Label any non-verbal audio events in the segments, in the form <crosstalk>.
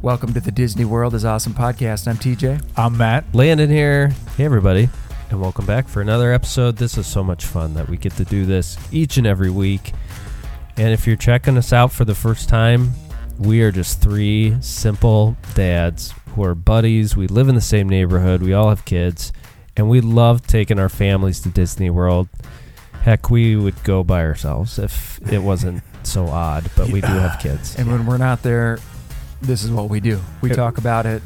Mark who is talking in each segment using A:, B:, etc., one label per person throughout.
A: Welcome to the Disney World is Awesome podcast. I'm TJ.
B: I'm Matt.
C: Landon here. Hey, everybody, and welcome back for another episode. This is so much fun that we get to do this each and every week. And if you're checking us out for the first time, we are just three simple dads who are buddies. We live in the same neighborhood, we all have kids, and we love taking our families to Disney World. Heck, we would go by ourselves if it wasn't so odd, but we do have kids.
A: And when we're not there, this is what we do. We
C: Hey.
A: talk about it.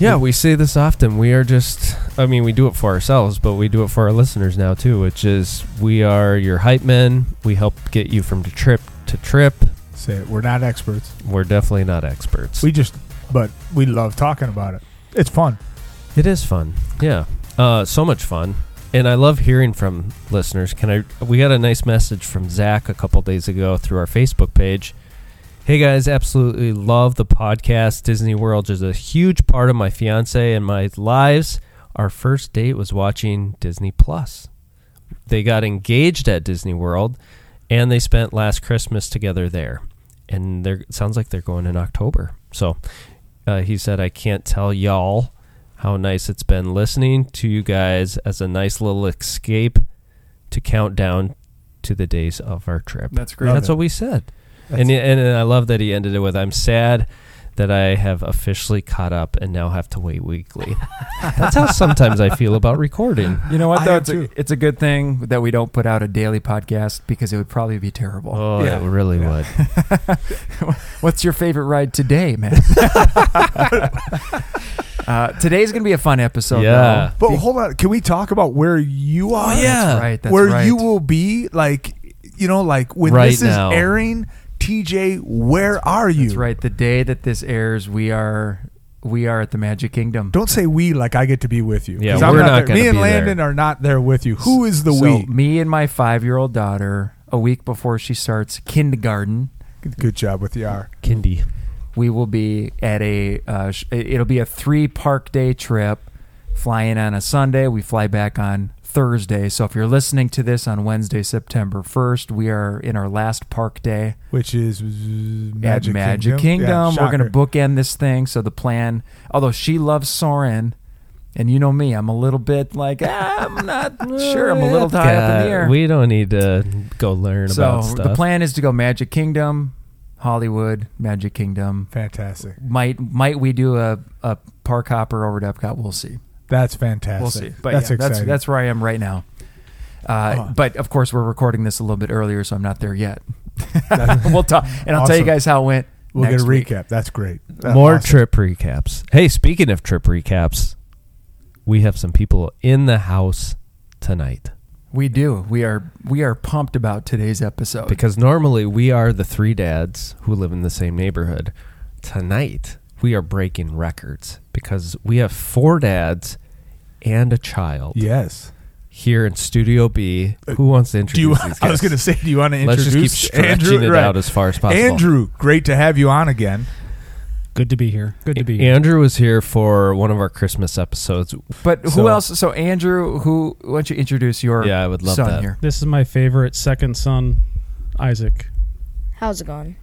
C: Yeah, we say this often. We are just, I mean, we do it for ourselves, but we do it for our listeners now too, which is we are your hype men. We help get you from trip to trip.
B: Say it. We're not experts.
C: We're definitely not experts.
B: We just, but we love talking about it. It's fun.
C: it is fun. Yeah. Uh, so much fun. And I love hearing from listeners. Can I? We got a nice message from Zach a couple days ago through our Facebook page. Hey guys, absolutely love the podcast. Disney World is a huge part of my fiance and my lives. Our first date was watching Disney Plus. They got engaged at Disney World and they spent last Christmas together there. And they're it sounds like they're going in October. So uh, he said, I can't tell y'all how nice it's been listening to you guys as a nice little escape to count down to the days of our trip.
A: That's great.
C: That's
B: it.
C: what we said.
B: That's-
C: and, and and I love that he ended it with I'm sad that I have officially caught up and now have to wait weekly.
A: <laughs>
C: That's how sometimes I feel about recording.
A: You know what?
B: I
A: Though
B: am
A: it's a,
B: too.
A: it's a good thing that we don't put out a daily podcast because it would probably be terrible.
C: Oh,
B: Yeah.
C: it really
B: Yeah.
C: would.
A: What's your favorite ride today, man? uh, today's gonna be a fun episode.
C: Yeah.
A: though.
B: But hold on. Can we talk about where you are?
A: That's right. Oh, That's
B: where
A: right.
B: you will be, like, you know, like when
C: Right
B: this is
C: now.
B: airing, TJ, where are you?
A: That's right. The day that this airs, we are we are at the Magic Kingdom.
B: Don't say we like I get to be with you.
C: Yeah,
B: 'Cause
C: we're not
B: I'm there.
C: gonna
B: Me and
C: be
B: Landon are not there with you. Who is the
A: so
B: we?
A: me and my five year old daughter, a week before she starts kindergarten,
B: Good job with the R.
C: Kindy.
A: we will be at a. Uh, sh- it'll be a three park day trip. Flying on a Sunday, we fly back on Thursday. So if you're listening to this on Wednesday, September first, we are in our last park day.
B: Which is uh, Magic,
A: at Magic
B: Kingdom.
A: Kingdom.
B: Yeah,
A: We're going to
B: shocker.
A: bookend this thing. So the plan, although she loves Soren, and you know me, I'm a little bit like, ah, I'm
C: <laughs>
A: not <laughs> sure. I'm a little high up in the air.
C: We don't need to go learn
A: so
C: about stuff.
A: the plan is to go Magic Kingdom, Hollywood, Magic Kingdom.
B: Fantastic.
A: Might might we do a, a park hopper over to Epcot? We'll see.
B: That's fantastic.
A: We'll see. But
B: that's
A: yeah, that's
B: exciting.
A: that's where I am right now. Uh,
B: Oh.
A: But of course, we're recording this a little bit earlier, so I'm not there
B: <laughs>
A: yet. <laughs> we'll talk, and I'll tell you
B: Awesome.
A: guys how it went.
B: We'll get
A: next
B: a
A: week.
B: recap. That's great. That's
C: More
B: awesome.
C: trip recaps. Hey, speaking of trip recaps, we have some people in the house tonight
A: We do. We are we are pumped about today's episode.
C: because normally we are the three dads who live in the same neighborhood. Tonight, we are breaking records because we have four dads and a child
B: Yes.
C: here in Studio B. Who wants to
B: Uh, Do you?
C: introduce these
B: <laughs> I was
C: guys?
B: going to say, do you want to
C: Let's
B: introduce
C: just keep stretching
B: Andrew?
C: it
B: right.
C: out as far as possible.
B: Andrew, great to have you on again.
D: Good to be here. Good to be here.
C: Andrew was here for one of our Christmas episodes.
A: but who
C: So-
A: else? So Andrew, who why don't you introduce your
C: Yeah, I would love
A: son
C: that.
A: here,
D: This is my favorite second son, Isaac.
E: How's it going?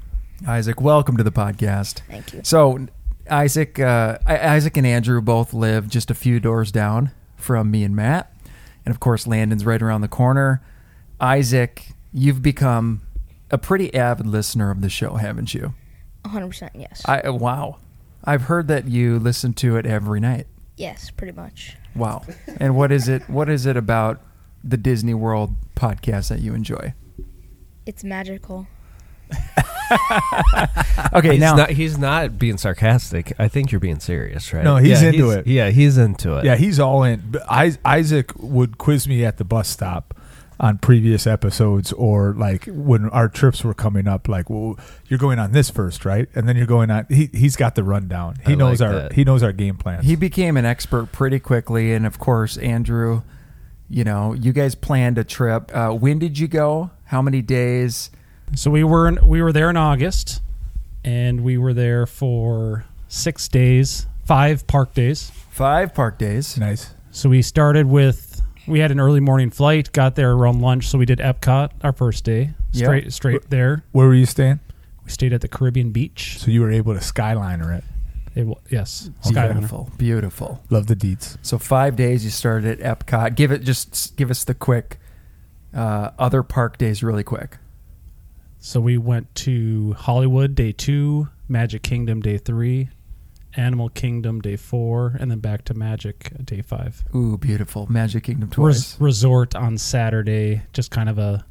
A: Isaac? Welcome to the podcast.
E: Thank you.
A: So Isaac, uh, I- Isaac and Andrew both live just a few doors down from me and Matt, and of course Landon's right around the corner. Isaac, you've become a pretty avid listener of the show, haven't you?
E: 100% yes.
A: I wow, I've heard that you listen to it every night.
E: yes, pretty much.
A: Wow. And what is it what is it about the Disney World podcast that you enjoy?
E: It's magical.
A: Okay,
C: he's
A: now
C: not, he's not being sarcastic. I think you're being serious, right?
B: No, he's
C: Yeah,
B: into
C: he's-
B: it.
C: Yeah, he's into it.
B: Yeah, he's all in. But I- Isaac would quiz me at the bus stop on previous episodes or like when our trips were coming up like well, you're going on this first right and then you're going on he, he's got the rundown he
C: I
B: knows
C: like
B: our
C: that.
B: he knows our game plan
A: he became an expert pretty quickly and of course Andrew, you know, you guys planned a trip. Uh, when did you go? How many days?
D: So we were in, we were there in August, and we were there for six days, five park days.
A: 5 park days.
B: nice
D: So we started with we had an early morning flight, got there around lunch. So we did Epcot our first day,
A: Yeah.
D: straight straight there.
B: where were you staying
D: We stayed at the Caribbean beach.
B: so you were able to skyliner it
D: It wa- yes, Skyrunner.
A: Beautiful, beautiful.
B: Love the deets.
A: So five days you started at Epcot. Give it just give us the quick uh, other park days really quick.
D: So we went to Hollywood day two, Magic Kingdom day three, Animal Kingdom day four, and then back to Magic day five.
A: Ooh, beautiful Magic Kingdom
D: Res-
A: twice.
D: resort on Saturday, just kind of a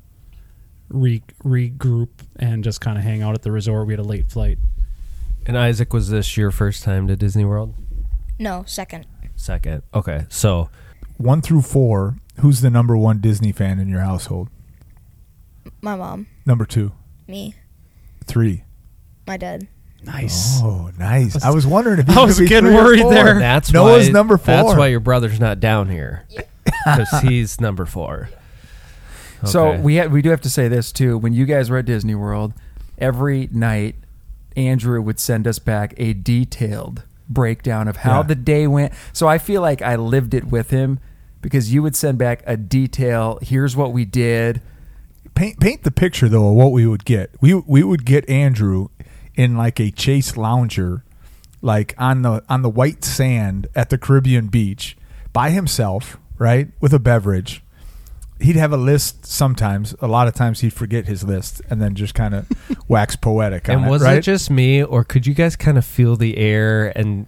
D: re- regroup and just kind of hang out at the resort. We had a late flight.
C: And Isaac, was this your first time to Disney World?
E: No, second.
C: Second. Okay. So
B: One through four. Who's the number one Disney fan in your household?
E: My mom,
B: Number two,
E: me,
B: three.
E: my dad.
D: Nice.
B: Oh, nice. I was wondering if you
C: <laughs>
D: I
B: could
D: was
B: be
D: getting
B: three or
D: worried
B: four.
D: there.
C: that's
B: Noah's
C: why,
B: number four.
C: That's why your brother's not down here <laughs> because he's number four.
A: So
C: Okay.
A: we ha- we do have to say this too. When you guys were at Disney World, every night Andrew would send us back a detailed breakdown of how
B: Yeah.
A: the day went. So I feel like I lived it with him because you would send back a detail. Here's what we did.
B: paint paint the picture though of what we would get. We we would get Andrew in like a chase lounger, like on the on the white sand at the Caribbean beach by himself, right, with a beverage. He'd have a list sometimes. A lot of times he'd forget his list and then just kind
D: <laughs>
B: of wax poetic on
C: and was
B: it, right?
C: it just me, or could you guys kind of feel the air and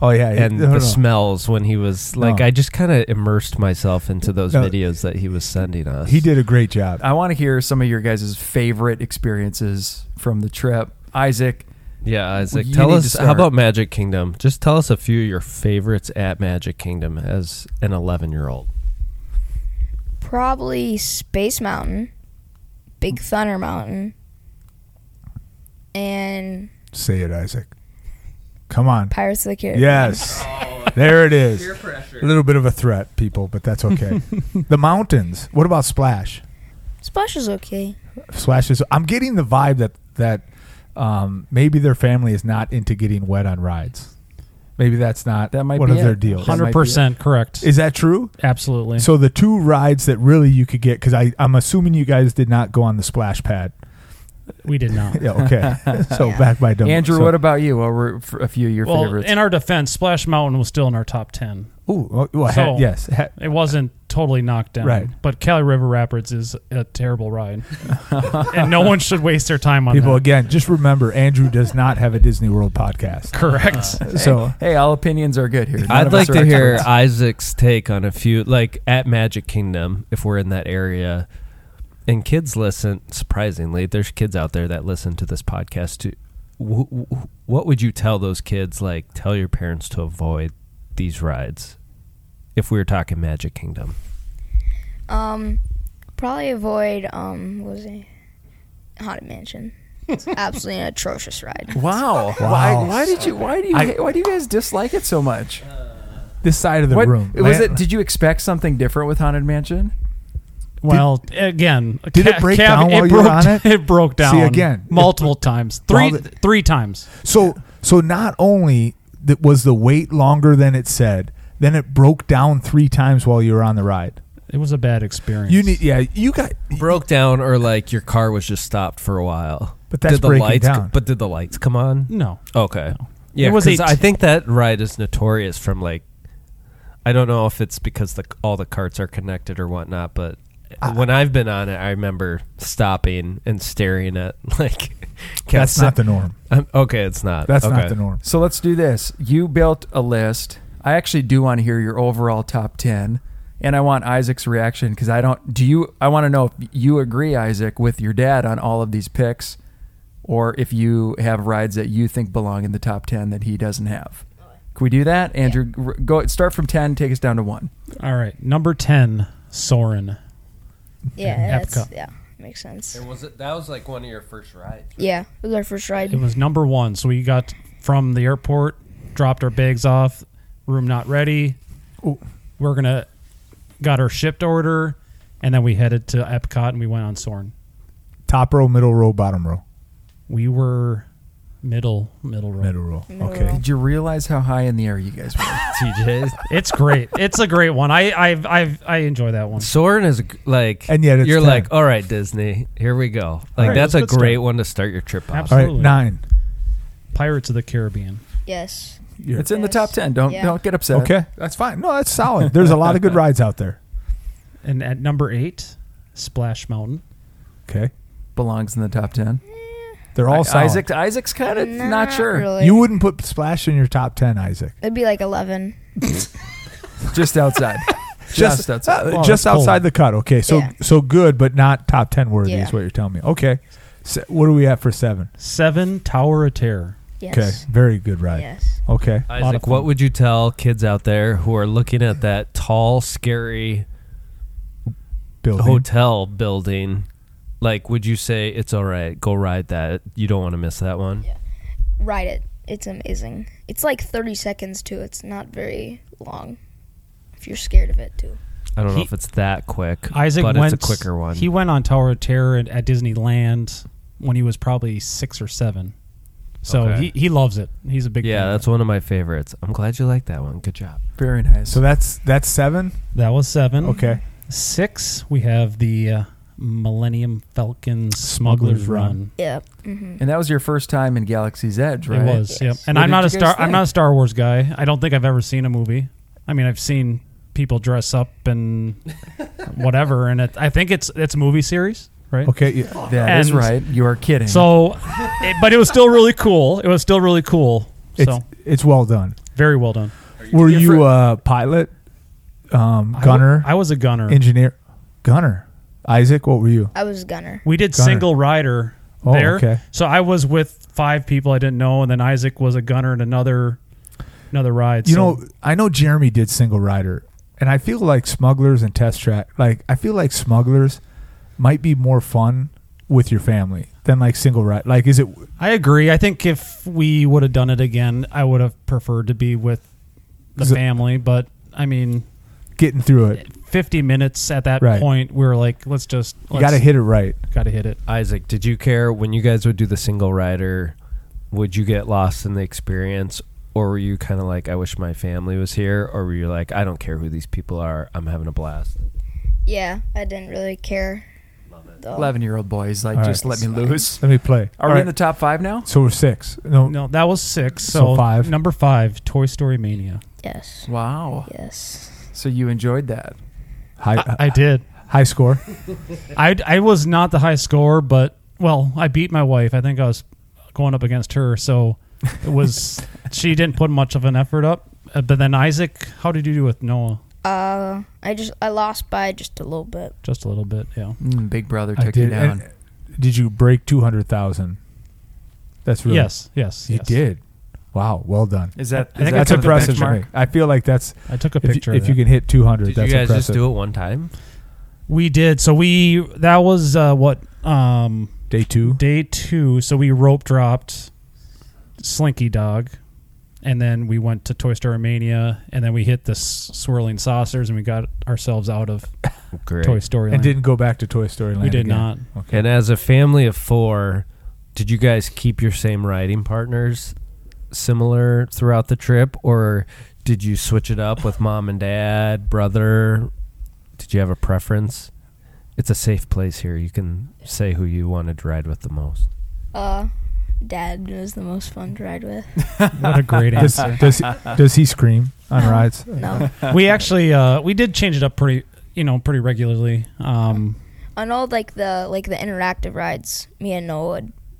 B: oh yeah, yeah.
C: and
B: No,
C: the
B: no.
C: smells when he was like?
B: No.
C: I just kind of immersed myself into those
B: No.
C: videos that he was sending us.
B: He did a great job.
A: I want to hear some of your guys' favorite experiences from the trip. Isaac,
C: Yeah, Isaac.
A: You
C: tell
A: need to
C: us how
A: start.
C: about Magic Kingdom? Just tell us a few of your favorites at Magic Kingdom as an 11 year old.
E: Probably Space Mountain, Big Thunder Mountain, and
B: Say it, Isaac. Come on.
E: Pirates of the Caribbean.
B: Yes. There it is. A little bit of a threat, people, but that's okay. the mountains. What about Splash?
E: Splash is okay.
B: Splash is. I'm getting the vibe that that um, maybe their family is not into getting wet on rides. Maybe that's not
A: That might
B: one
A: be
B: of their
A: it.
B: deals.
A: That might be it.
D: 100% correct.
B: Is that true?
D: Absolutely.
B: So the two rides that really you could get because I I'm assuming you guys did not go on the splash pad.
D: we did not.
B: <laughs> Yeah,
A: <laughs>
B: okay. so
E: Yeah.
B: back by dumb.
A: Andrew,
B: so,
A: what about you? What were f- a few of your
D: well,
A: favorites?
D: in our defense, Splash Mountain was still in our top 10.
B: Ooh, oh, well, ha-
D: So-
B: yes, ha-
D: It wasn't totally knocked down.
B: Right.
D: But Cali River Rapids is a terrible ride. <laughs> and no one should waste their time on
B: people
D: that.
B: again. Just remember, Andrew does not have a Disney World podcast.
D: Correct.
B: So
A: hey, all opinions are good here. None
C: I'd
A: of us
C: like
A: are
C: to hear
A: experts.
C: Isaac's take on a few, like at Magic Kingdom, if we're in that area. And kids listen, surprisingly, there's kids out there that listen to this podcast too. Wh- wh- What would you tell those kids, like, tell your parents to avoid these rides if we were talking Magic Kingdom?
E: Um, probably avoid um, what was it? Haunted Mansion.
A: <laughs>
E: It's absolutely an atrocious ride.
A: Wow. Why, why did you? Why do you?
B: I-
A: why do you guys dislike it so much?
B: this side of the
A: What
B: room
A: was
B: Lan-
A: it? Did you expect something different with Haunted Mansion?
D: Well, again,
B: Did it break down while you were
D: broke,
B: on it?
D: It broke down
B: again, it
D: multiple times, three
B: While the-
D: three times.
B: So so not only that was the wait longer than it said, then it broke down three times while you were on the ride.
D: It was a bad experience.
B: You need yeah, you got
C: Broke down, or like your car was just stopped for a while.
B: But that's
C: did the
B: breaking
C: lights,
B: down.
C: But did the lights come on?
D: no.
C: Okay. Yeah,
D: It was a
C: 'cause I
D: t-
C: think that ride is notorious from like I don't know if it's because the all the carts are connected or whatnot, but when I've been on it, I remember stopping and staring at <laughs> like.
B: that's not the norm.
C: I'm, okay, it's not.
B: That's not
C: Okay.
B: the norm.
A: So let's do this. You built a list. I actually do want to hear your overall top ten, and I want Isaac's reaction because I don't. Do you? I want to know if you agree, Isaac, with your dad on all of these picks, or if you have rides that you think belong in the top ten that he doesn't have. Can we do that, Andrew? r- Go start from ten. Take us down to one.
D: All right, number ten, Soren.
E: Yeah, that's
D: Epcot.
E: yeah, makes sense.
C: was it, that was like one of your first <laughs> rides.
E: Yeah, it was our first ride.
D: It was number one. So we got from the airport, dropped our bags off, room not ready.
B: Ooh.
D: We're gonna got our shipped order, and then we headed to Epcot and we went on Soren.
B: Top row, middle row, bottom row.
D: We were middle middle row.
B: Middle row.
E: Middle
B: okay.
E: row.
A: Did you realize how high in the air you guys were?
C: TJ
D: It's great. it's a great one. I I've, I've I enjoy that one.
C: Soren is like,
B: And yet it's
C: you're
B: 10.
C: like, all right, Disney, here we go. Like
D: Right,
C: that's
D: that's
C: a
D: a good
C: great
D: start.
C: one to start your trip off.
B: All right,
D: Absolutely.
B: nine.
D: Pirates of the Caribbean.
E: Yes.
B: You're-
A: It's in the
E: Yes.
A: top ten. Don't
E: Yeah.
A: don't get upset.
B: okay, that's fine. No, that's solid. There's a lot <laughs> of good rides out there.
D: And at number eight, Splash Mountain.
B: Okay,
A: Belongs in the top ten.
B: they're all
A: I-
B: solid.
A: Isaac Isaac's kind of not sure.
E: Really.
B: you wouldn't put Splash in your top ten, Isaac.
E: It'd be like eleven.
A: <laughs> Just
E: <laughs>
A: outside. just, outside.
B: uh,
D: Well,
B: just
D: that's
B: outside
D: cold.
B: the cut. Okay, so
E: Yeah.
B: so good, but not top ten worthy
E: Yeah.
B: is what you're telling me. Okay, Se- what do we have for seven?
D: Seven, Tower of Terror.
E: Yes.
B: Okay, very good ride.
E: Yes.
B: Okay,
D: A lot of
C: Isaac,
D: fun.
C: what would you tell kids out there who are looking at that tall, scary
B: building.
C: hotel building? Like, would you say it's all right? Go ride that. You don't want to miss that one.
E: Ride it. It's amazing. It's like thirty seconds too. It's not very long. If you're scared of it too.
C: I don't know
D: He-
C: if it's that quick.
D: Isaac
C: but
D: went
C: it's a quicker one.
D: He went on Tower of Terror at, at Disneyland when he was probably six or seven. So
C: Okay.
D: he, he loves it. He's a big
C: yeah,
D: fan.
C: that's one of my favorites. I'm glad you like that one. Good job.
A: Very nice.
B: So that's that's seven.
D: that was seven.
B: Okay,
D: Six, we have the uh, Millennium Falcon Smuggler's,
B: Smuggler's
D: Run.
B: Run.
E: Yeah. hmm
A: and that was your first time in Galaxy's Edge, right?
D: It was.
E: Yes.
D: Yep. And
A: What
D: I'm
A: did
D: not
A: you
D: a
A: guys
D: star. I'm
A: think?
D: not a Star Wars guy. I don't think I've ever seen a movie. I mean, I've seen people dress up
A: <laughs>
D: and whatever, and it, I think it's it's a movie series, right?
B: okay, yeah.
A: That is
D: And-
A: right. You are kidding.
D: So, it, but it was still really cool. It was still really cool.
B: it's
D: so
B: it's well done.
D: very well done.
B: Were
A: your
B: you
A: fri-
B: a pilot, um,
D: I w-
B: gunner,
D: I, was a gunner.
B: engineer, gunner? Isaac, what were you?
E: I was a gunner.
D: we did
B: gunner.
D: single rider
B: Oh,
D: there.
B: okay.
D: So I was with five people I didn't know, and then Isaac was a gunner in another another ride.
B: You
D: so
B: know, I know Jeremy did single rider, and I feel like smugglers and test track. Like I feel like smugglers might be more fun with your family than like single ride. Like, is it
D: I agree. I think if we would have done it again, I would have preferred to be with the
B: Is it-
D: family. But I mean,
B: getting through it?
D: 50 minutes at that
B: Right.
D: point, we were like, let's just
B: You got to hit it right.
D: got to hit it.
C: Isaac, did you care when you guys would do the single rider? Would you get lost in the experience, or were you kind of like, I wish my family was here, or were you like, I don't care who these people are, I'm having a blast?
E: Yeah. I didn't really care. though.
A: eleven-year-old boys like
B: All
A: just
B: right.
A: let me lose.
B: Let me play.
A: Are
B: All
A: we
B: right,
A: in the top five now?
B: so we're six. No,
D: No, that was six. So,
B: So five.
D: Number five, Toy Story Mania.
E: Yes.
A: Wow.
E: Yes.
A: So you enjoyed that?
B: high
D: I, I did.
B: uh, high score.
D: I, I was not the high scorer, but, well, I beat my wife. I think I was going up against her. So it was, <laughs> she didn't put much of an effort up. Uh, but then Isaac, how did you do with Noah?
E: Uh, I just I lost by just a little bit.
D: Just a little bit, yeah.
A: Mm, Big Brother
B: I
A: took you
B: did.
A: down.
B: and- did you break two hundred thousand? That's really
D: Yes, yes.
B: You
D: yes.
B: did. Wow, well done.
A: is that
D: I
A: is
D: think I
A: that
B: That's
A: kind of the
B: impressive to
A: benchmark?
B: me. I feel like that's
D: I took a
B: if,
D: picture.
B: you,
D: of
B: if you
D: that.
B: can hit 200,
C: Did
B: that's
C: you guys
B: impressive.
C: just do it one time?
D: We did. So we that was uh, what um,
B: Day two.
D: day two. So we rope dropped Slinky Dog, and then we went to Toy Story Mania, and then we hit the s- swirling saucers, and we got ourselves out of
C: Great.
D: Toy Story.
B: and
D: Land.
B: didn't go back to Toy Story Land.
D: we did
B: again.
D: not.
B: Okay.
C: And as a family of four, did you guys keep your same riding partners similar throughout the trip, or did you switch it up with mom and dad, brother? Did you have a preference? It's a safe place here. You can say who you wanted to ride with the most.
E: Uh, Dad was the most fun to
B: <laughs>
E: ride with.
D: What a
B: <laughs>
D: great
B: Does,
D: answer.
B: does, does he scream on rides?
E: No,
D: we actually uh, we did change it up pretty you know pretty regularly. Um,
E: on all like the like the interactive rides, me and Noah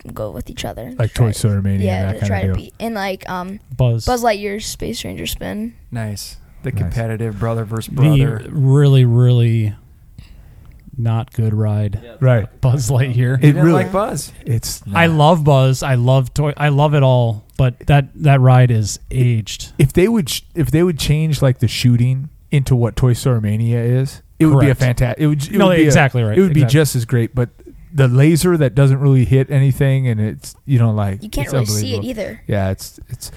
E: would go with each other.
B: Like
E: Try-
B: Toy Story Mania,
E: Yeah,
B: that
E: to try
B: kind
E: to
B: of deal.
E: beat and like um
D: Buzz.
E: Buzz Lightyear's Space Ranger spin.
A: Nice. The
B: Nice.
A: competitive brother versus brother.
D: the really really not good ride.
B: Right.
D: Buzz Lightyear.
A: You
B: It
A: didn't
B: really.
A: like Buzz.
B: it's.
D: I
B: not.
D: love Buzz. I love toy. I love it all. But that that ride is aged.
B: if they would sh- if they would change like the shooting into what Toy Story Mania is, it would be a
D: Correct.
B: fantastic. It would. It
D: No,
B: would be a-
D: exactly right.
B: It would be
D: Exactly.
B: just as great, but the laser that doesn't really hit anything, and it's you know like
E: You can't
B: it's
E: really see it
B: unbelievable.
E: either.
B: Yeah, it's it's.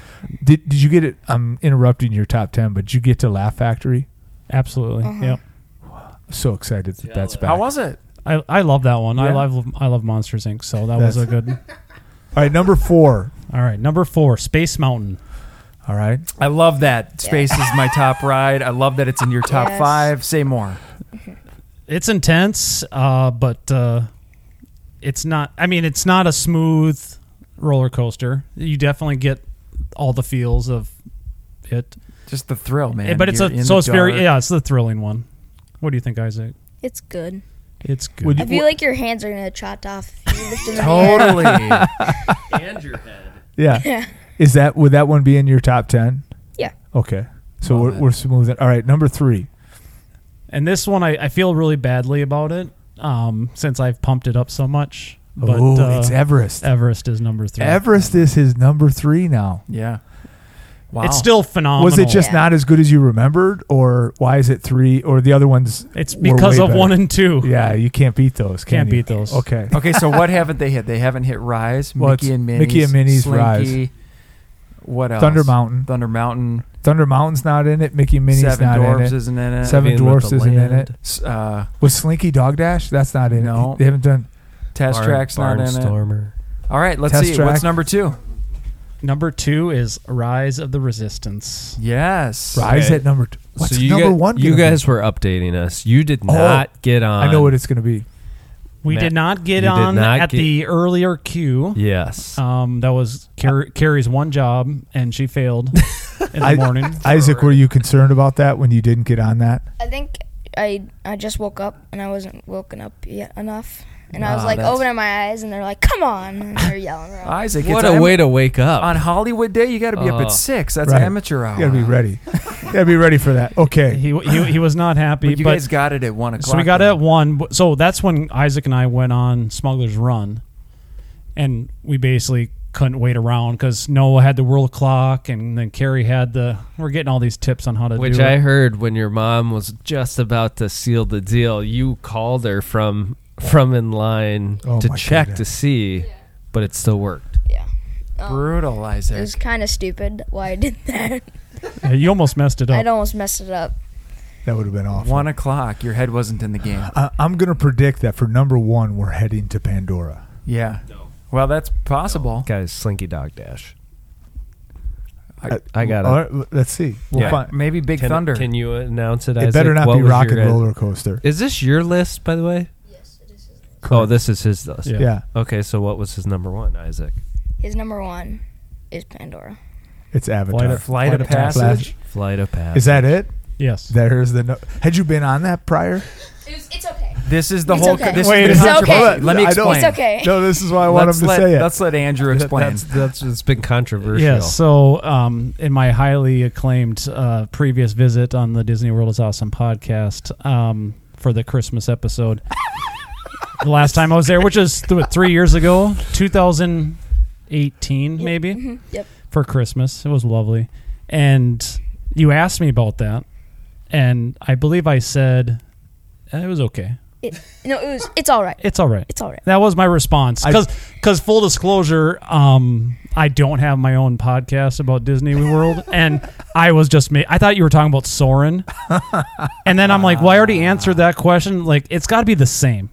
B: Did did you get it? I'm interrupting your top ten, but did you get to Laugh Factory?
D: Absolutely.
E: Uh-huh.
D: Yep.
B: So excited that that's back.
A: How was it?
D: I, I love that one. I
B: Yeah.
D: love I love Monsters Inc. So that was a
B: That's-
D: good.
B: All right, number four.
D: All right, number four, Space Mountain.
B: All right,
A: I love that. Space is my
E: <laughs>
A: top ride. I love that it's in your top
E: Yes.
A: five. Say more.
D: It's intense, uh, but uh, it's not. I mean, it's not a smooth roller coaster. You definitely get all the feels of it.
A: Just the thrill, man.
D: but it's
A: You're
D: a
A: in
D: so
A: the
D: it's very
A: dark.
D: yeah, it's the thrilling one. What do you think, Isaac?
E: It's good.
D: It's good.
B: Would
E: I
B: you-
E: feel like your hands are gonna chop off. if you lift 'em in the air.
A: <laughs>
B: <laughs>
A: Totally.
C: And your head.
E: <laughs>
B: Yeah. Is that would that one be in your top ten?
E: Yeah.
B: Okay. So
A: Love
B: we're,
A: it.
B: we're smoothing. All right, number three.
D: And this one, I, I feel really badly about it um, since I've pumped it up so much. But
B: oh,
D: uh,
B: it's Everest.
D: Everest is number three.
B: Everest is his number three now.
A: yeah. Wow.
D: It's still phenomenal.
B: Was it just
E: Yeah.
B: not as good as you remembered, or why is it three? Or the other ones?
D: It's
B: were
D: because
B: way
D: of
B: better?
D: one and two.
B: Yeah, you can't beat those. Can
D: Can't
B: you?
D: beat those.
B: Okay.
A: okay. So what haven't they hit? They haven't hit Rise,
B: Well,
A: Mickey
B: it's
A: and Minnie's,
B: Mickey and Minnie's,
A: Slinky.
B: Rise.
A: What else?
B: Thunder Mountain.
A: Thunder Mountain.
B: Thunder Mountain's not in it. Mickey and Minnie's
A: Seven
B: not
A: Dwarves
B: in it.
A: isn't in it.
B: Seven
C: Being with
B: Dwarfs
C: the
B: isn't in
C: Land.
B: it.
A: S- Uh,
B: Was Slinky Dog Dash? That's not in
A: No.
B: it. They haven't done.
A: Test
C: Barn-
A: Track's not in it.
C: Barnstormer.
A: All right. Let's
B: Test
A: see.
B: Track.
A: What's number two?
D: Number two is Rise of the Resistance.
A: Yes.
B: Rise
C: Okay.
B: at number. Two. What's
C: so you
B: number
C: guys,
B: one?
C: You
B: gonna be? Oh,
C: guys were updating us. You did not get on.
B: I know what it's going to be.
D: We
C: Matt,
D: did not get
C: you did
D: on
C: not
D: at
C: get-
D: the earlier queue.
C: Yes.
B: Uh,
D: Um, that was Car- Carrie's one job, and
B: <laughs>
D: she failed in the
B: I-
D: morning.
B: Isaac, were you concerned about that when you didn't get on that?
E: I think I I just woke up and I wasn't woken up yet enough, and I was
A: Nah,
E: like
A: that's-
E: opening my eyes and they're like, "Come on!" and they're yelling.
A: <laughs>
E: around.
A: Isaac.
C: what
A: it's
C: a
A: am-
C: way to wake up.
A: On Hollywood Day, you got to be up
C: Oh.
A: at six. That's
B: Right.
A: amateur hour.
B: You got to be ready. you got to be ready for that. Okay.
D: <laughs> he, he he was not happy.
A: But you
D: but
A: guys got it at one o'clock.
D: so we got it
A: then.
D: at one. but- So that's when Isaac and I went on Smuggler's Run, and we basically couldn't wait around because Noah had the world clock, and then Carrie had the. We're getting all these tips on how to
C: Which
D: do
C: I
D: it.
C: heard when your mom was just about to seal the deal, you called her from from in line
B: Oh
C: to
B: my
C: check
B: goodness.
C: to see, but it still worked.
E: Um,
A: Brutal, Isaac.
E: It was kind of stupid why I did <laughs> that.
D: Yeah, you almost messed it up.
E: I'd almost messed it up.
B: That would have been awful.
A: One o'clock. Your head wasn't in the game.
B: I, I'm going to predict that for number one, we're heading to Pandora.
A: Yeah. Well, that's possible.
C: Guys, Slinky Dog Dash.
A: I-
C: I got
B: All
C: it.
B: right, l- let's see. We'll
C: Yeah.
B: find.
A: Maybe Big
C: Can,
A: Thunder.
C: Can you announce it?
B: It
C: Isaac?
B: better not
C: What
B: be
C: was
B: Rock
C: your
B: and
C: guy-
B: Roller Coaster.
C: Is this your list, by the way? Oh, this is his list.
D: Yeah.
B: Yeah.
C: Okay, so what was his number one, Isaac?
E: His number one is Pandora.
B: it's Avatar.
D: Flight
A: Flight,
D: of-
A: of Passage.
C: Flight of Passage.
B: Is that it?
D: yes.
B: There's the. No- Had you been on that prior?
E: It was, it's okay.
A: This is the
E: It's
A: whole.
E: okay.
A: This
D: Wait,
A: is
E: it's
A: the
E: okay.
A: controversy. Let me
B: I don't-
A: explain.
E: It's okay.
B: No, this is why I want
A: let's
B: him to
A: let,
B: say it.
A: Let's let Andrew explain.
C: That's, that's it's been controversial.
D: Yes. so, um, in my highly acclaimed uh, previous visit on the Disney World is Awesome podcast um, for the Christmas episode, the last time I was there, which is th- what, three years ago, 2018, maybe
E: Mhm, Yep.
D: for Christmas. It was lovely. And you asked me about that, and I believe I said "Eh, it was okay.
E: It, no, it was. It's all right.
D: It's all right.
E: It's all right.
D: That was my response
B: I-
D: because full disclosure, um, I don't have my own podcast about Disney World, and I was just ma- I thought you were talking about Soren, and then I'm like, well, I already answered that question. Like, it's got to be the same.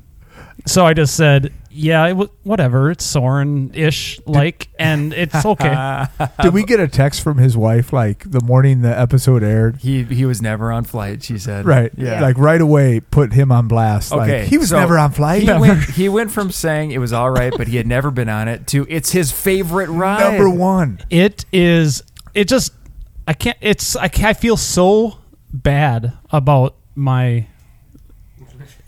D: So I just said, yeah, it w- whatever. It's Soren ish like, and it's okay.
B: Did we get a text from his wife like the morning the episode aired?
A: He he was never on flight. She said.
B: Right.
A: Yeah.
B: Like right away, put him on blast.
A: Okay,
B: Like, he was
A: so
B: never on flight.
A: He went, he went from saying it was all right, but he had never been on it, to it's his favorite ride.
B: <laughs> Number one.
D: it is. It just. I can't. It's. I. ca- I feel so bad about my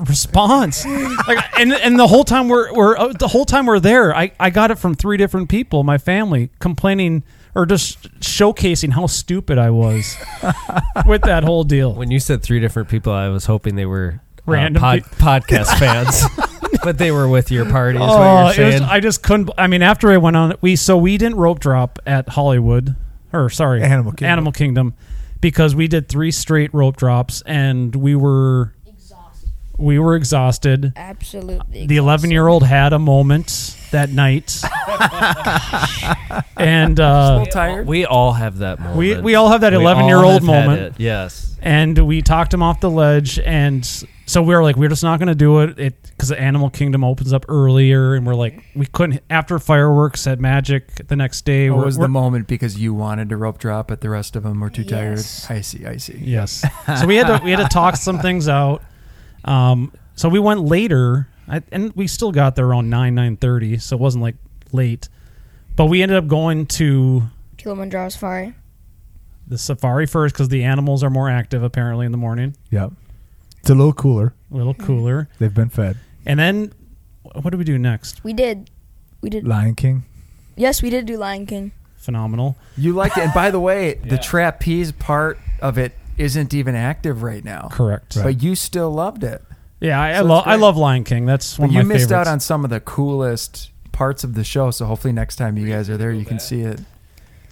D: response. like, and and the whole time we're we're uh, the whole time we're there, I I got it from three different people, my family, complaining or just showcasing how stupid I was <laughs> with that whole deal.
C: When you said three different people, I was hoping they were uh,
D: Random
C: pod- podcast
D: <laughs>
C: fans, but they were with your party. Is what
D: Oh,
C: you're
D: it was-
C: saying?
D: I just couldn't. I mean, after I went on, we so we didn't rope drop at Hollywood, or sorry,
B: Animal Kingdom.
D: Animal Kingdom, because we did three straight rope drops and we were we were exhausted.
E: Absolutely.
D: The eleven year old had a moment that night, and uh,
A: tired.
C: we all have that moment.
D: We- we all have that
C: have
D: 11-year-old
C: had
D: moment.
C: it, Yes.
D: and we talked him off the ledge, and so we were like, we're just not going to do it, it because the Animal Kingdom opens up earlier, and we're like, we couldn't after fireworks at Magic the next day.
A: What
D: we're-
A: Oh, was
D: we're-
A: the moment because you wanted to rope drop, but the rest of them were too tired?
E: Yes.
A: I see. I see.
D: Yes. so we had to we had to talk
A: <laughs>
D: some things out. Um, so we went later, I, and we still got there around nine nine thirty. So it wasn't like late, but we ended up going to
E: Kilimanjaro Safari.
D: The safari first because the animals are more active apparently in the morning.
B: Yep. It's a little cooler.
D: A little
A: Hmm.
D: cooler.
B: They've been fed.
D: And then wh- what do we do next?
E: We did. We did.
B: Lion King.
E: Yes, we did do Lion King.
D: Phenomenal.
A: You liked it. And by the way, the trapeze part of it isn't even active right now.
D: Correct.
B: Right.
A: But you still loved it.
D: Yeah, I, I,
A: So it's
D: lo- I
A: great.
D: love Lion King. That's one
A: But
D: of
A: you
D: my
A: missed out
D: favorites.
A: on some of the coolest parts of the show. So hopefully next time you guys are there, you can see it.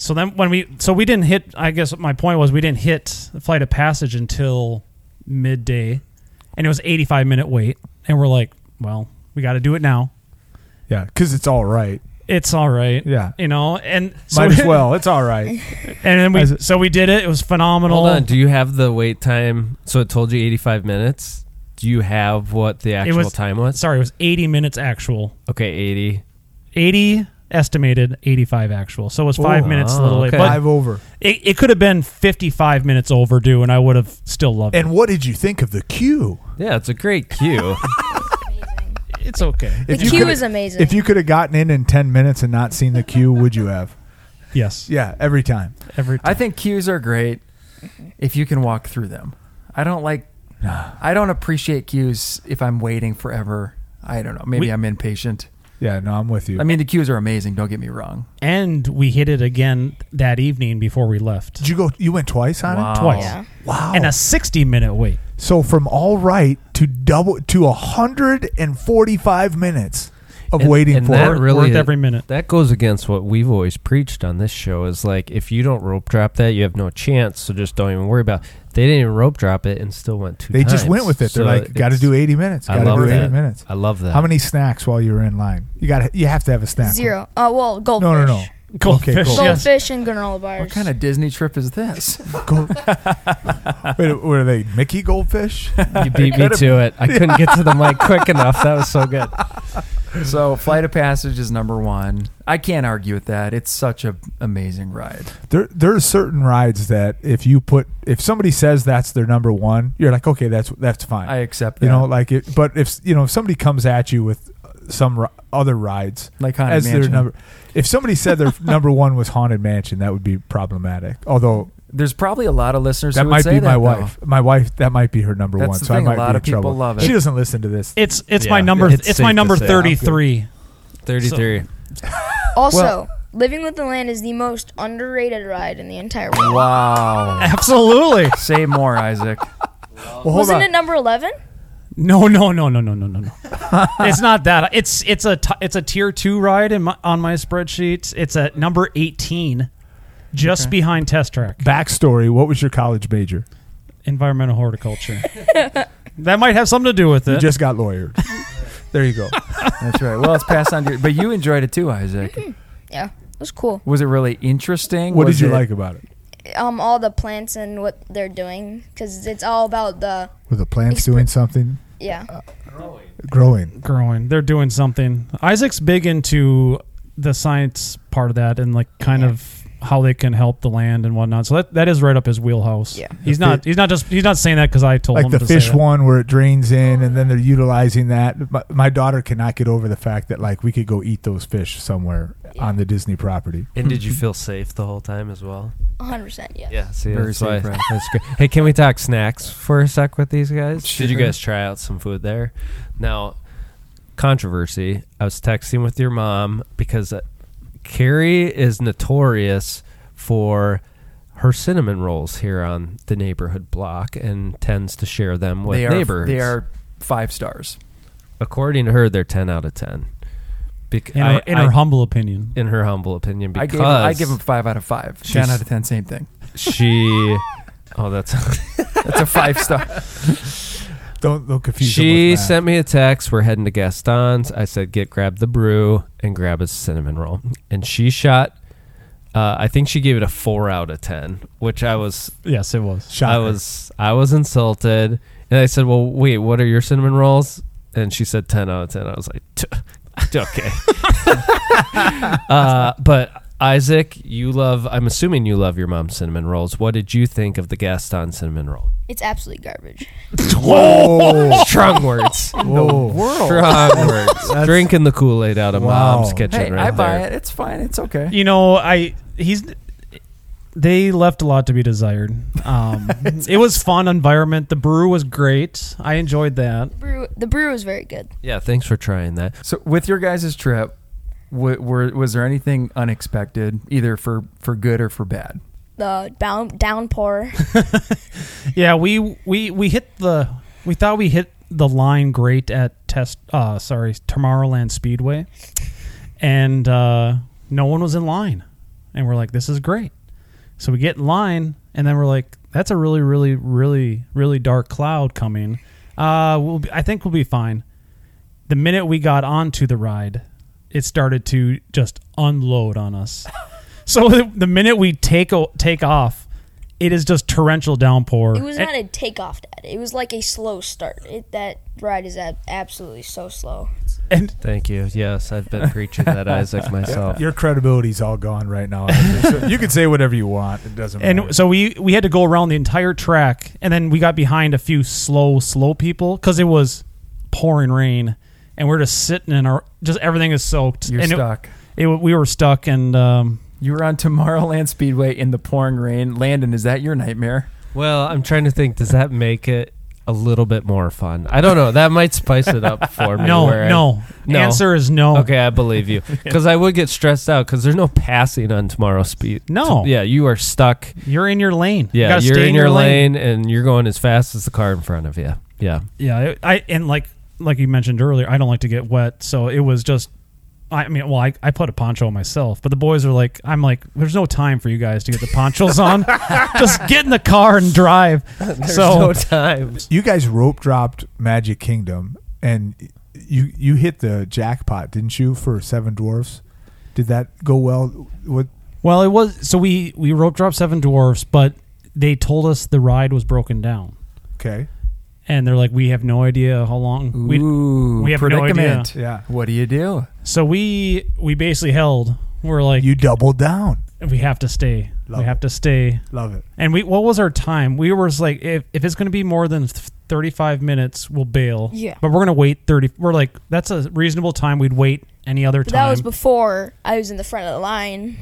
D: So then when we so we didn't hit I guess my point was we didn't hit the flight of passage until midday and it was 85 minute wait and we're like, well, we got to do it now.
B: Yeah, because it's all right.
D: It's all right.
B: Yeah.
D: You know, and so
A: <laughs>
B: Might as well. It's all right.
D: And then we so we did it. It was phenomenal.
C: Hold on. Do you have the wait time? So it told you 85 minutes. Do you have what the actual
D: was-
C: time was?
D: Sorry, it was 80 minutes actual.
C: Okay, 80.
D: 80 estimated, 85 actual. So it was five
B: Oh,
D: minutes a
C: oh,
D: little late.
C: okay.
D: But
B: Five over.
D: it, it could have been 55 minutes overdue and I would have still loved it.
B: And what did you think of the queue?
C: Yeah, it's a great
D: <laughs>
C: cue.
D: It's okay.
E: The
B: If you
E: queue
B: coulda-
E: is amazing.
B: If you could have gotten in in 10 minutes and not seen the queue, would you have?
D: Yes.
B: Yeah, every time.
D: Every
A: I
D: time.
A: think cues are great if you can walk through them. I don't
B: <sighs>
A: like. I don't appreciate cues if I'm waiting forever. I don't know. Maybe
D: We-
A: I'm impatient.
B: Yeah, no, I'm with you.
A: I mean, the cues are amazing. Don't get me wrong.
D: and we hit it again that evening before we left.
B: did you go? You went twice on
A: Wow.
D: Twice.
E: yeah.
B: it. Wow.
D: And a 60 minute wait.
B: so from all right to double to 145 minutes of
C: And-
B: waiting
C: and
B: for
C: that
B: it.
C: really
D: Worth every <laughs> minute.
C: That goes against what we've always preached on this show is like if you don't rope drop that, you have no chance, so just don't even worry about. it. They didn't even rope drop it and still went two
B: They just
C: times.
B: went with it.
C: So
B: They're like, got to
C: it's-
B: do 80 minutes.
C: I
B: Got to
C: love
B: do 80
C: that.
B: minutes.
C: I love that.
B: How many snacks while you were in line? You got. You have to have a snack.
E: Zero. Uh, well, goldfish.
B: No, no, no.
D: Goldfish.
B: Okay, cool.
D: yes.
E: Goldfish and granola bars.
A: What kind of Disney trip is
B: <laughs>
A: this?
B: Gold- Wait, were they Mickey goldfish?
C: You
A: <laughs>
C: beat me to it. I couldn't get to the mic quick enough. That was so good.
A: so, Flight of Passage is number one. I can't argue with that. It's such an amazing ride.
B: There, there are certain rides that if you put, if somebody says that's their number one, you're like, okay, that's that's fine.
A: I accept that.
B: you know, like it. But if you know, if somebody comes at you with some ri- other rides
A: like Haunted
B: as
A: Mansion.
B: their number, if somebody
A: <laughs>
B: said their number one was Haunted Mansion, that would be problematic. Although
A: There's probably a lot of listeners
B: that
A: who would
B: might
A: say
B: be
A: that,
B: my
A: though.
B: wife. My wife, that might be her number
A: That's
B: one.
A: the
B: So
A: thing,
B: I
A: a
B: might
A: lot of
B: be in
A: people
B: trouble.
A: love it.
B: She doesn't listen to this.
D: It's it's
C: Yeah.
D: my number
C: It's
D: it's, my
C: safe
D: number
C: to say I'm good.
D: 33.
C: Thirty-three.
E: also,
A: Well-
E: Living with the Land is the most underrated ride in the entire
B: <laughs>
E: world.
A: Wow.
D: Absolutely.
A: say more, Isaac.
B: Well, hold
E: Wasn't
B: on.
E: it number 11?
D: No, no, no, no, no, no, no, no. it's not that. It's it's a t- it's a tier two ride in my, on my spreadsheet. It's at number eighteen, just behind Test Track
B: Backstory: What was your college major?
D: Environmental Horticulture. that might have something to do with
B: You
D: it.
B: just got lawyered.
A: <laughs>
B: there you go.
A: That's <laughs> right. Well, it's passed on to you. But you enjoyed it too, Isaac.
E: Yeah, it was cool.
A: Was it really interesting?
B: Mm-hmm. What
A: Was
B: did you
A: it-
B: like about it?
E: Um, all the plants and what they're doing, because it's all about the
B: Were the plants
E: Expe-
B: doing something?
E: yeah.
B: Growing.
D: growing. They're doing something. Isaac's big into the science part of that and like kind
E: Yeah.
D: of how they can help the land and whatnot. So that, that is right up his wheelhouse.
E: Yeah.
D: He's
B: The
D: not
B: fi-
D: he's not just he's not saying that because I told
B: Like
D: him
B: the
D: to say
B: fish
D: that.
B: one where it drains in and then they're utilizing that. My, my daughter cannot get over the fact that like we could go eat those fish somewhere on the Disney property.
C: And did you feel safe the whole time as well?
E: 100%. Yeah.
C: Yeah, see,
A: Very
C: that's, why,
A: safe, right.
C: that's great. Hey, can we talk snacks for a sec with these guys? Did you
A: Sure.
C: guys try out some food there? Now, controversy. I was texting with your mom because uh, Carrie is notorious for her cinnamon rolls here on the neighborhood block and tends to share them with
A: they are,
C: neighbors.
A: They are five stars.
C: according to her, they're ten out of ten. Bec-
D: in,
C: I-
D: her, in
C: I-
D: her humble opinion.
C: in her humble opinion, because
A: I gave, I give them five out of five. Ten
C: She's-
A: out of ten, same thing. <laughs>
C: she. Oh, that's
A: That's a five
C: <laughs>
A: star.
B: Don't don't confuse. them
C: She
B: with that.
C: sent me a text. We're heading to Gaston's. I said, "Get grab the brew and grab a cinnamon roll." And she shot. Uh, I think she gave it a four out of ten, which I was,
D: Yes, it was.
B: Shocker.
C: I was, I was insulted. And I said, "Well, wait, what are your cinnamon rolls?" And she said, 10 out of ten. I was like, "Tuh, <laughs> "Okay." <laughs> uh, but Isaac, you love. I'm assuming you love your mom's cinnamon rolls. What did you think of the Gaston cinnamon roll?
E: It's absolutely garbage.
B: <laughs> Whoa,
C: <laughs> Strong words.
B: <laughs> whoa.
A: World.
C: Strong words. Drinking the Kool Aid out of
B: Wow.
C: mom's kitchen
A: Hey,
C: right
A: I buy
C: there.
A: it. It's fine. It's okay.
D: You know, I he's they left a lot to be desired.
E: <laughs>
D: Um, it was fun environment. The brew was great. I enjoyed that.
E: Brew, the brew is very good.
C: Yeah, thanks for trying that.
A: So, with your guys' trip, w- were, was there anything unexpected, either for, for good or for bad?
E: The down, downpour.
D: Yeah, we we we hit the we thought we hit the line great at test. Uh, sorry, Tomorrowland Speedway, and uh, no one was in line, and we're like, this is great. So we get in line, and then we're like, that's a really really really really dark cloud coming. Uh, we'll be, I think we'll be fine. The minute we got onto the ride, it started to just unload on us. <laughs> so the, the minute we take o- take off. It is just torrential downpour.
E: It was
D: And-
E: not a takeoff dad. It was like a slow start. It, that ride is ab- absolutely so slow.
D: and
C: Thank you. Yes, I've been preaching that <laughs> Isaac myself.
B: Your credibility's all gone right now. So you can say whatever you want. It doesn't matter.
D: and so we we had to go around the entire track and then we got behind a few slow slow people because it was pouring rain and we're just sitting in our just everything is soaked
A: You're
D: and it-
A: stuck.
D: it, we were stuck and um
A: you were on Tomorrowland Speedway in the pouring rain. Landon, is that your nightmare?
C: Well, I'm trying to think. Does that make it a little bit more fun? I don't know. That might spice it up
D: <laughs>
C: for me.
D: no
C: where I-
D: no
C: No.
D: answer is no
C: Okay, I believe
D: <laughs>
C: you because I would get stressed out because there's no passing on tomorrow's speed.
D: No.
C: yeah, you are stuck.
D: you're in your lane You
C: Yeah,
D: gotta
C: you are
D: stay
C: in your lane. and you're going as fast as the car in front of you. Yeah,
D: yeah it- i and like like you mentioned earlier i don't like to get wet so it was just I mean, well, I, I put a poncho on myself, but the boys are like, I'm like, there's no time for you guys to get the ponchos on. just get in the car and drive.
C: there's
D: so
C: no time.
B: you guys rope dropped Magic Kingdom, and you you hit the jackpot, didn't you, for Seven Dwarfs? Did that go well? What
D: Well, it was so we we rope dropped Seven Dwarfs, but they told us the ride was broken down,
B: okay?
D: and they're like, we have no idea how long. We,
A: Ooh,
D: we have no idea.
A: predicament.
B: Yeah,
A: What do you do?
D: so we we basically held. We're like,
B: you doubled down.
D: we have to stay.
B: Love
D: we have to stay.
B: Love it.
D: And we what was our time? We were just like, if if it's going to be more than th- thirty five minutes, we'll bail.
E: Yeah.
D: but we're gonna wait thirty. We're like, that's a reasonable time. We'd wait any other
E: But
D: time.
E: that was before I was in the front of the line.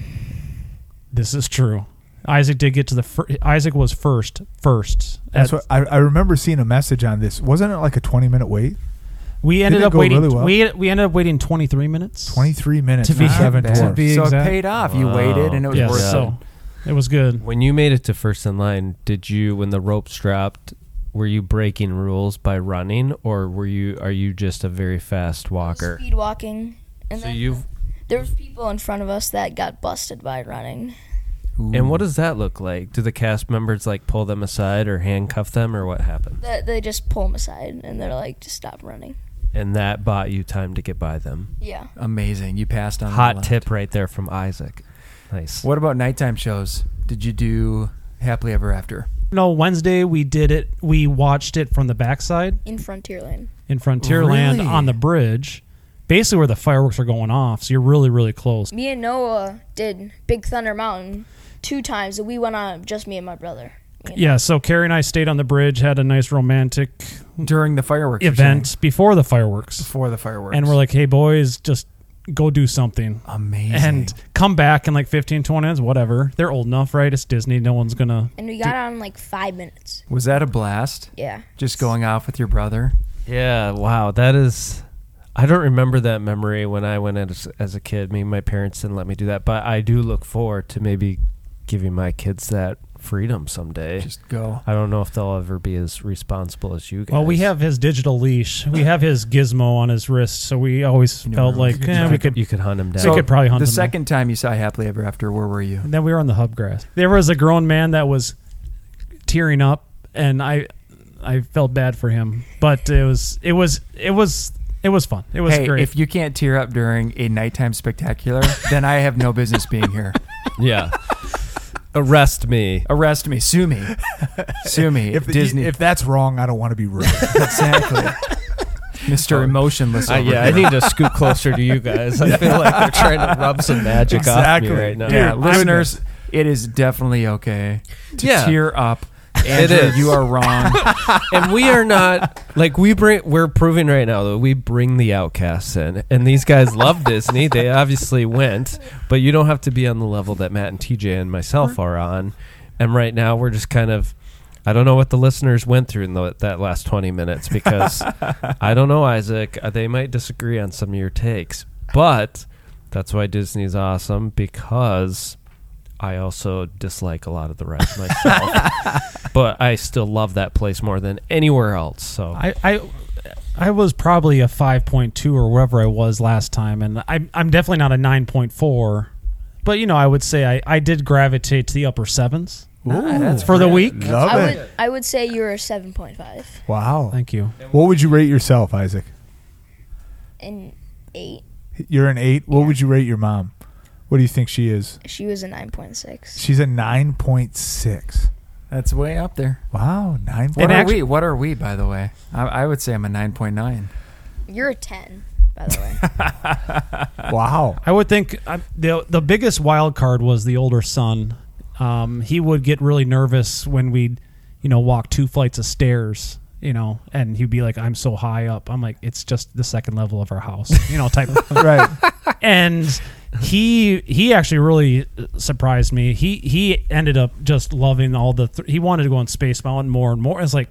D: this is true. Isaac did get to the fir- Isaac was first. First.
B: That's
D: At-
B: what I, I remember seeing a message on this. Wasn't it like a twenty minute wait?
D: We ended
B: it
D: up
B: go
D: waiting.
B: really well?
D: We we ended up waiting 23 minutes.
B: Twenty three minutes
D: To
B: for
D: be-
B: Seven
A: Not bad.
B: Dwarfs.
D: be
A: so it
D: exact.
A: paid off. You
C: Wow.
A: waited, and it was
D: Yes,
A: worth it.
D: so it was good.
C: When you made it to first in line, did you when the ropes dropped? Were you breaking rules by running, or were you are you just a very fast walker?
E: Speed walking. And
C: So
E: then
C: you've
E: there was people in front of us that got busted by running.
C: And
D: Mm.
C: what does that look like? Do the cast members like pull them aside or handcuff them or what happened?
E: That they just pull them aside and they're like, just stop running.
C: And that bought you time to get by them.
E: Yeah.
A: Amazing. You passed on. the
C: Hot
A: line.
C: tip right there from Isaac. Nice.
A: What about nighttime shows? Did you do Happily Ever After?
D: No, Wednesday we did it. We watched it from the backside
E: In Frontierland.
D: in Frontierland
A: Really?
D: on the bridge, basically where the fireworks are going off. So you're really really close.
E: Me and Noah did Big Thunder Mountain two times, and we went on just me and my brother. Me and-
D: Yeah. So Carrie and I stayed on the bridge, had a nice romantic
A: During the fireworks you're saying?
D: event before the fireworks,
A: Before the fireworks.
D: and we're like, hey boys, just go do something.
A: amazing.
D: And come back in like 15, 20 minutes, whatever. They're old enough, right? It's Disney. No one's going to.
E: And we got on like five minutes.
A: was that a blast?
E: Yeah.
A: Just going off with your brother.
C: Yeah, wow. That is I don't remember that memory when I went as, as a kid. Maybe my parents didn't let me do that, but I do look forward to maybe giving my kids that freedom someday.
A: Just go.
C: I don't know if they'll ever be as responsible as you guys.
D: Well, we have his digital leash. We have his gizmo on his wrist, so we always
A: You never
D: felt
A: know.
D: like
A: You
D: eh, we could.
C: you could hunt them down.
D: So- could probably hunt
A: the
D: them down.
A: second time you saw Happily Ever After. Where were you?
D: And then we were on the hub grass. There was a grown man that was tearing up, and I, I felt bad for him. But it was, it was, it was, it was fun. It was
A: hey,
D: great.
A: if you can't tear up during a nighttime spectacular, then I have no business being
D: <laughs>
A: here.
C: yeah. Arrest me.
A: Arrest me, sue me, sue me.
B: If
A: Disney,
B: if that's wrong, I don't want to be rude.
A: <laughs> exactly,
D: <laughs> Oh.
A: Mister Emotionless.
C: Uh,
A: over
C: yeah, I
A: here.
C: need to scoot closer to you guys. I feel like they're trying to rub some magic off
B: Exactly.
C: me right now.
A: yeah,
B: Dude,
A: listeners, it is definitely okay to
C: Yeah.
A: tear up Andrew,
C: is.
A: you are wrong.
C: and we are not like we bring we're proving right now that we bring the outcasts in and these guys love disney they obviously went but you don't have to be on the level that matt and tj and myself are on and right now we're just kind of i don't know what the listeners went through in the, that last 20 minutes because i don't know isaac Uh, they might disagree on some of your takes but that's why disney's awesome because I also dislike a lot of the rides myself, but I still love that place more than anywhere else. So
D: I, I I was probably a 5.2 or wherever I was last time, and I'm I'm definitely not a 9.4, but you know I would say I, I did gravitate to the upper sevens for the week.
B: Love
E: I
B: it.
E: would I would say you're a seven point five
B: Wow.
D: Thank you.
B: What would you rate yourself, Isaac?
E: and eight.
B: You're an eight. What would you rate your mom? What do you think she is?
E: She was a nine point six.
B: She's a nine point six.
A: That's way up there.
B: Wow, nine.
A: What
D: And
A: are
D: actu-
A: we? What are we? By the way, I, I would say I'm a nine point nine.
E: You're a ten, by the way.
B: wow.
D: I would think uh, the the biggest wild card was the older son. Um, he would get really nervous when we'd, you know, walk two flights of stairs, you know, and he'd be like, "I'm so high up." I'm like, "It's just the second level of our house," <laughs> you know, type.
B: Right.
D: and he he actually really uh, surprised me. He he ended up just loving all the. Th- he wanted to go on Space Mountain more and more. It's like,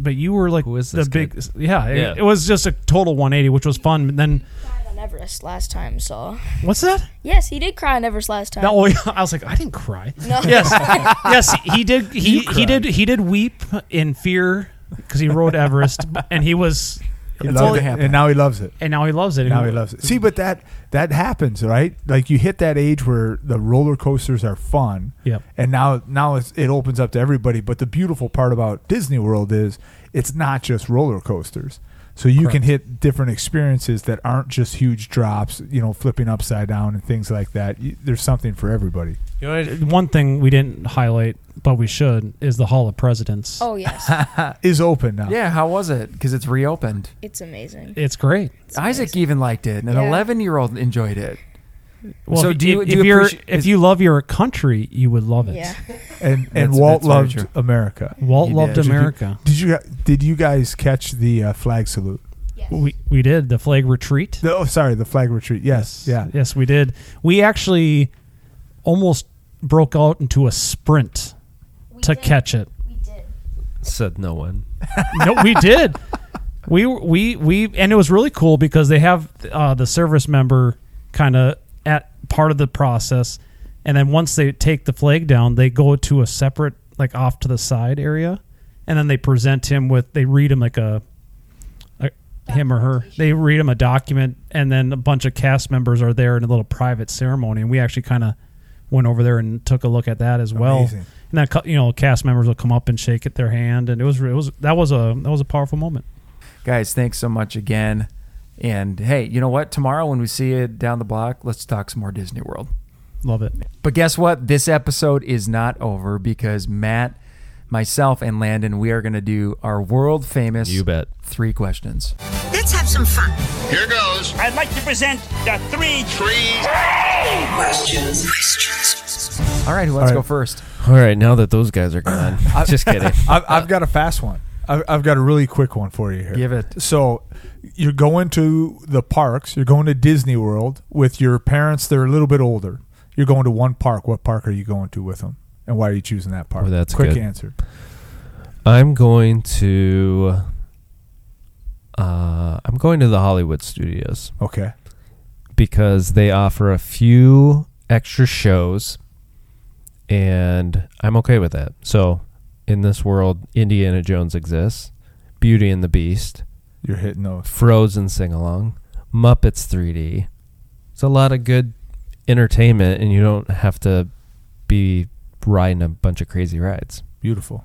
D: but you were like
C: Who is
D: the
C: this
D: big,
C: kid?
D: yeah. it-
C: Yeah.
D: It, was just a total 180, which was fun. But then
E: Cried on Everest last time, so
D: what's that?
E: yes, he did cry on Everest last time.
D: That oh, yeah. <laughs> I was like, I didn't cry.
E: No.
D: Yes, yes, he did. He he did he did weep in fear because he rode Everest and he was.
B: He
A: It's all
B: loved it,
A: happened.
B: and now he loves it.
D: And now he loves it.
B: Now he loves it. See, but that that happens, right? Like you hit that age where the roller coasters are fun.
D: Yep.
B: And now now it's, it opens up to everybody. But the beautiful part about Disney World is it's not just roller coasters. So you can hit different experiences that aren't just huge drops, you know, flipping upside down and things like that. You, there's something for everybody.
C: You know, I-
D: One thing we didn't highlight, but we should, is the Hall of Presidents.
E: <laughs> Oh yes,
B: Is open now.
A: Yeah, how was it? Because it's reopened.
E: it's amazing.
D: <laughs> It's great.
E: It's
A: Isaac
E: amazing.
A: even liked it. and An
E: Yeah.
A: eleven year old enjoyed it.
D: Well,
A: So
D: if,
A: do you-
D: if,
A: do you
D: if you're
A: appreciate-
D: if
A: is-
D: you love your country, you would love it.
E: yeah.
B: And and
A: That's-
B: Walt
A: that's very
B: loved
A: true.
B: America.
D: Walt
A: He
D: loved
A: did.
D: America.
B: Did you did you guys catch the uh, flag salute?
D: We we did the flag retreat.
B: The, oh, sorry, the flag retreat. Yes, yeah.
D: Yes, we did. We actually almost broke out into a sprint to catch it.
E: We did.
C: said no one.
D: no, we did. We we we and it was really cool because they have uh, the service member kind of at part of the process, and then once they take the flag down, they go to a separate like off to the side area, and then they present him with they read him like a, a him or her they read him a document, and then a bunch of cast members are there in a little private ceremony, and we actually kind of went over there and took a look at that as well
B: Amazing.
D: and that cou- you know cast members will come up and shake it their hand and it was re- it was that was a that was a powerful moment
A: Guys, thanks so much again. And hey, you know what? Tomorrow when we see you down the block, let's talk some more Disney World.
D: love it
A: But guess what? This episode is not over because Matt, myself, and Landon, we are going to do our world famous
C: You bet.
A: three questions.
F: Let's have some fun.
G: Here goes.
H: I'd like to present the three
G: Three.
F: Questions. Questions.
A: All right, who wants to go
B: right.
A: first?
C: All right, now that those guys are gone, just kidding.
B: I've, I've got a fast one. I've, I've got a really quick one for you here.
A: Give it.
B: So, you're going to the parks. You're going to Disney World with your parents. They're a little bit older. You're going to one park. What park are you going to with them? And why are you choosing that park?
C: Oh, that's
B: quick
C: good.
B: answer.
C: I'm going to. Uh, I'm going to the Hollywood Studios
B: Okay.
C: because they offer a few extra shows, and I'm okay with that. So, in this world, Indiana Jones exists, Beauty and the Beast,
B: You're hitting those.
C: Frozen sing along, Muppets 3D. It's a lot of good entertainment, and you don't have to be riding a bunch of crazy rides.
B: Beautiful.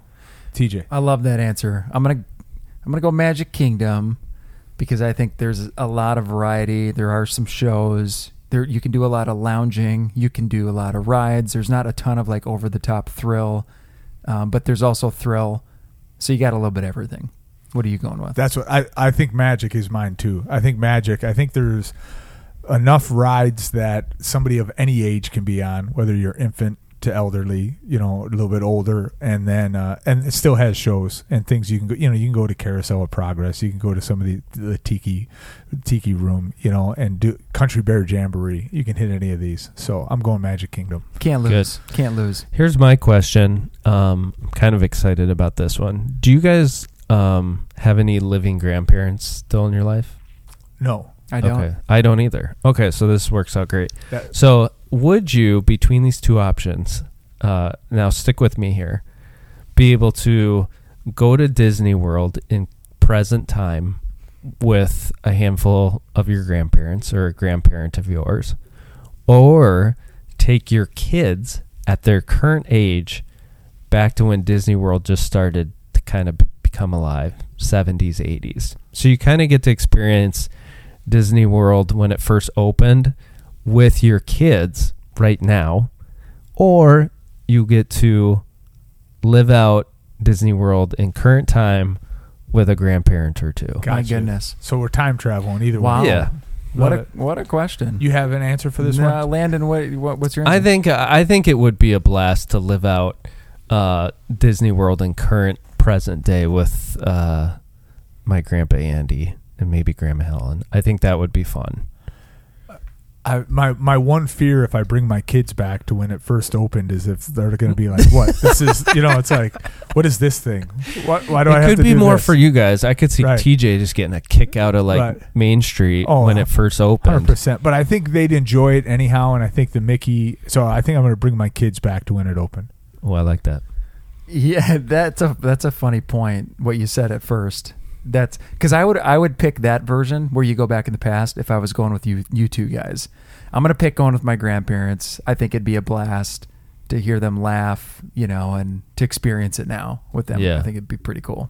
B: TJ.
A: I love that answer. I'm gonna I'm gonna go Magic Kingdom because I think there's a lot of variety. There are some shows. There you can do a lot of lounging. You can do a lot of rides. There's not a ton of like over the top thrill, um, but there's also thrill. So you got a little bit of everything. What are you going with?
B: That's what I, I think magic is mine too. I think magic, I think there's enough rides that somebody of any age can be on, whether you're infant to elderly, you know, a little bit older, and then uh, and it still has shows and things you can go. You know, you can go to Carousel of Progress, you can go to some of the, the tiki tiki room, you know, and do Country Bear Jamboree. You can hit any of these. So I'm going Magic Kingdom.
A: Can't
C: Good.
A: lose. Can't lose.
C: Here's my question. Um, I'm kind of excited about this one. Do you guys um, have any living grandparents still in your life?
B: No,
A: I don't.
C: Okay. I don't either. Okay, so this works out great.
B: That-
C: so, would you, between these two options, uh, now stick with me here, be able to go to Disney World in present time with a handful of your grandparents or a grandparent of yours, or take your kids at their current age back to when Disney World just started to kind of become alive, 70s, 80s. So you kind of get to experience Disney World when it first opened with your kids right now, or you get to live out Disney World in current time with a grandparent or two.
A: My
B: Gotcha.
A: goodness.
B: So we're time traveling either
A: Wow.
B: way.
C: Yeah.
A: What
B: Love
A: a what a question.
B: You have an answer for this
A: Nah,
B: one?
A: Landon, what, what what's your answer?
C: I think uh, I think it would be a blast to live out uh, Disney World in current present day with uh, my grandpa Andy and maybe Grandma Helen. I think that would be fun.
B: I, my my one fear if I bring my kids back to when it first opened is if they're going to be like, "What this is?" <laughs> You know, it's like, "What is this thing? Why, why do I
C: it
B: have
C: could
B: to
C: be
B: do
C: more
B: this?
C: for you guys. I could see
B: Right.
C: TJ just getting a kick out of like
B: Right.
C: Main Street
B: Oh,
C: when it first opened.
B: Hundred percent. But I think they'd enjoy it anyhow, and I think the Mickey. So I think I'm going to bring my kids back to when it opened.
C: Oh, I like that.
A: Yeah, <laughs> that's a that's a funny point. What you said at first. That's because I would I would pick that version where you go back in the past if I was going with you you two guys. I'm gonna pick going with my grandparents. I think it'd be a blast to hear them laugh, you know, and to experience it now with them.
C: Yeah.
A: I think it'd be pretty cool.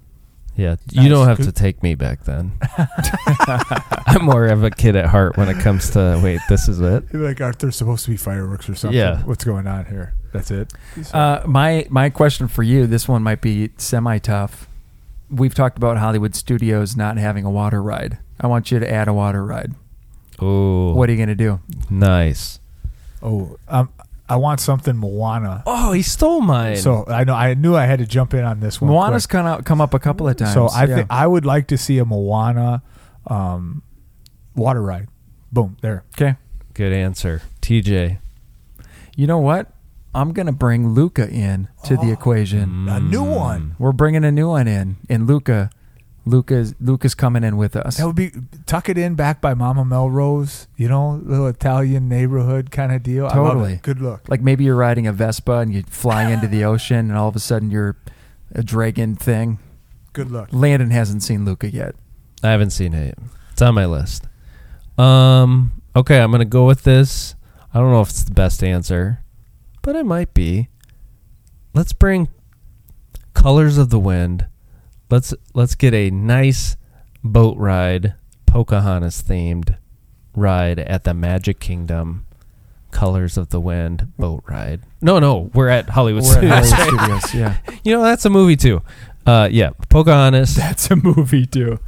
C: Yeah,
B: Nice.
C: you don't have to
B: Good.
C: take me back
B: <laughs>
C: then. <laughs> I'm more of a kid at heart when it comes to wait. This is it.
B: They'd be like, "Aren't there supposed to be fireworks or something?
C: Yeah.
B: What's going on here? That's it."
A: Uh, my my question for you, this one might be semi tough. We've talked about Hollywood studios not having a water ride. I want you to add a water ride.
C: Oh,
A: What are you gonna do?
C: nice.
B: oh, um, I want something Moana.
C: Oh, he stole mine.
B: So I know I knew I had to jump in on this one.
A: Moana's
B: quick.
A: kind of come up a couple of times.
B: So I
A: yeah.
B: think I would like to see a Moana um, water ride. Boom, there.
A: Okay.
C: Good answer, TJ.
A: You know what? I'm going to bring Luca in to
B: Oh.
A: the equation.
B: A new one.
A: We're bringing a new one in, and Luca, Luca's Luca's coming in with us.
B: That would be tuck it in back by Mama Melrose, you know, little Italian neighborhood kind of deal. I love it.
A: Totally.
B: Good look.
A: Like maybe you're riding a Vespa and you fly into
B: <laughs>
A: the ocean, and all of a sudden you're a dragon thing. <laughs>
B: Good look.
A: Landon hasn't seen Luca yet.
C: I haven't seen it. It's on my list. Um. Okay, I'm gonna go with this. I don't know if it's the best answer, but it might be. Let's bring Colors of the Wind. Let's let's get a nice boat ride, Pocahontas themed ride at the Magic Kingdom. Colors of the Wind boat ride. No, no, we're at Hollywood
A: We're at
C: Studios.
A: Hollywood Studios. Yeah.
C: <laughs> you know that's a movie too. Uh, yeah, Pocahontas.
A: That's a movie, too.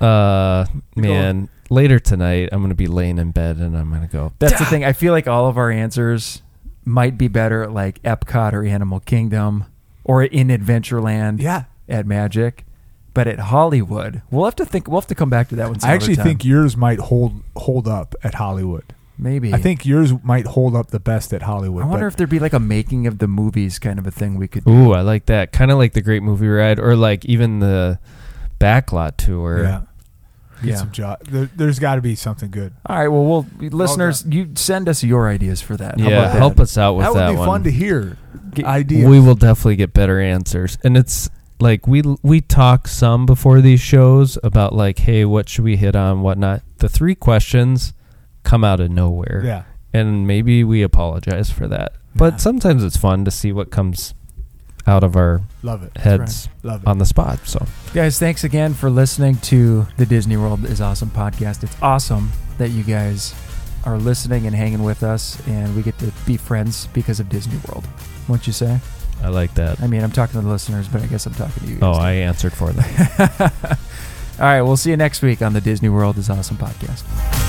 C: Uh, man, later tonight I'm gonna be laying in bed and I'm gonna go.
A: That's the thing. I feel like all of our answers might be better at like Epcot or Animal Kingdom or in Adventureland.
B: Yeah.
A: At Magic. But at Hollywood, we'll have to think. We'll have to come back to that one. some
B: I actually
A: other time.
B: think yours might hold hold up at Hollywood.
A: maybe.
B: I think yours might hold up the best at Hollywood.
A: I wonder
B: but
A: if there'd be like a making of the movies kind of a thing we could.
C: Ooh, I like that. Kind of like the Great Movie Ride, or like even the Backlot Tour.
B: yeah. Get
A: Yeah.
B: some jo- there, there's got to be something good.
A: All right. Well, we'll listeners, you send us your ideas for that. How
C: Yeah,
A: about that?
C: help us out with
B: that
C: that,
B: would be
C: one.
B: fun to hear.
A: Get-
B: Ideas.
C: We will definitely get better answers, and it's like we we talk some before these shows about like, hey, what should we hit on, whatnot. The three questions come out of nowhere.
B: Yeah.
C: and maybe we apologize for that. But sometimes it's fun to see what comes out of our
B: Love it.
C: heads
B: Love it.
C: on the spot. So
A: Guys, thanks again for listening to the Disney World is Awesome podcast. It's awesome that you guys are listening and hanging with us, and we get to be friends because of Disney World. Won't you say?
C: I like that.
A: I mean, I'm talking to the listeners, but I guess I'm talking to you.
C: Oh,
A: Guys
C: I answered for that.
A: <laughs> too. All right, we'll see you next week on the Disney World is Awesome podcast.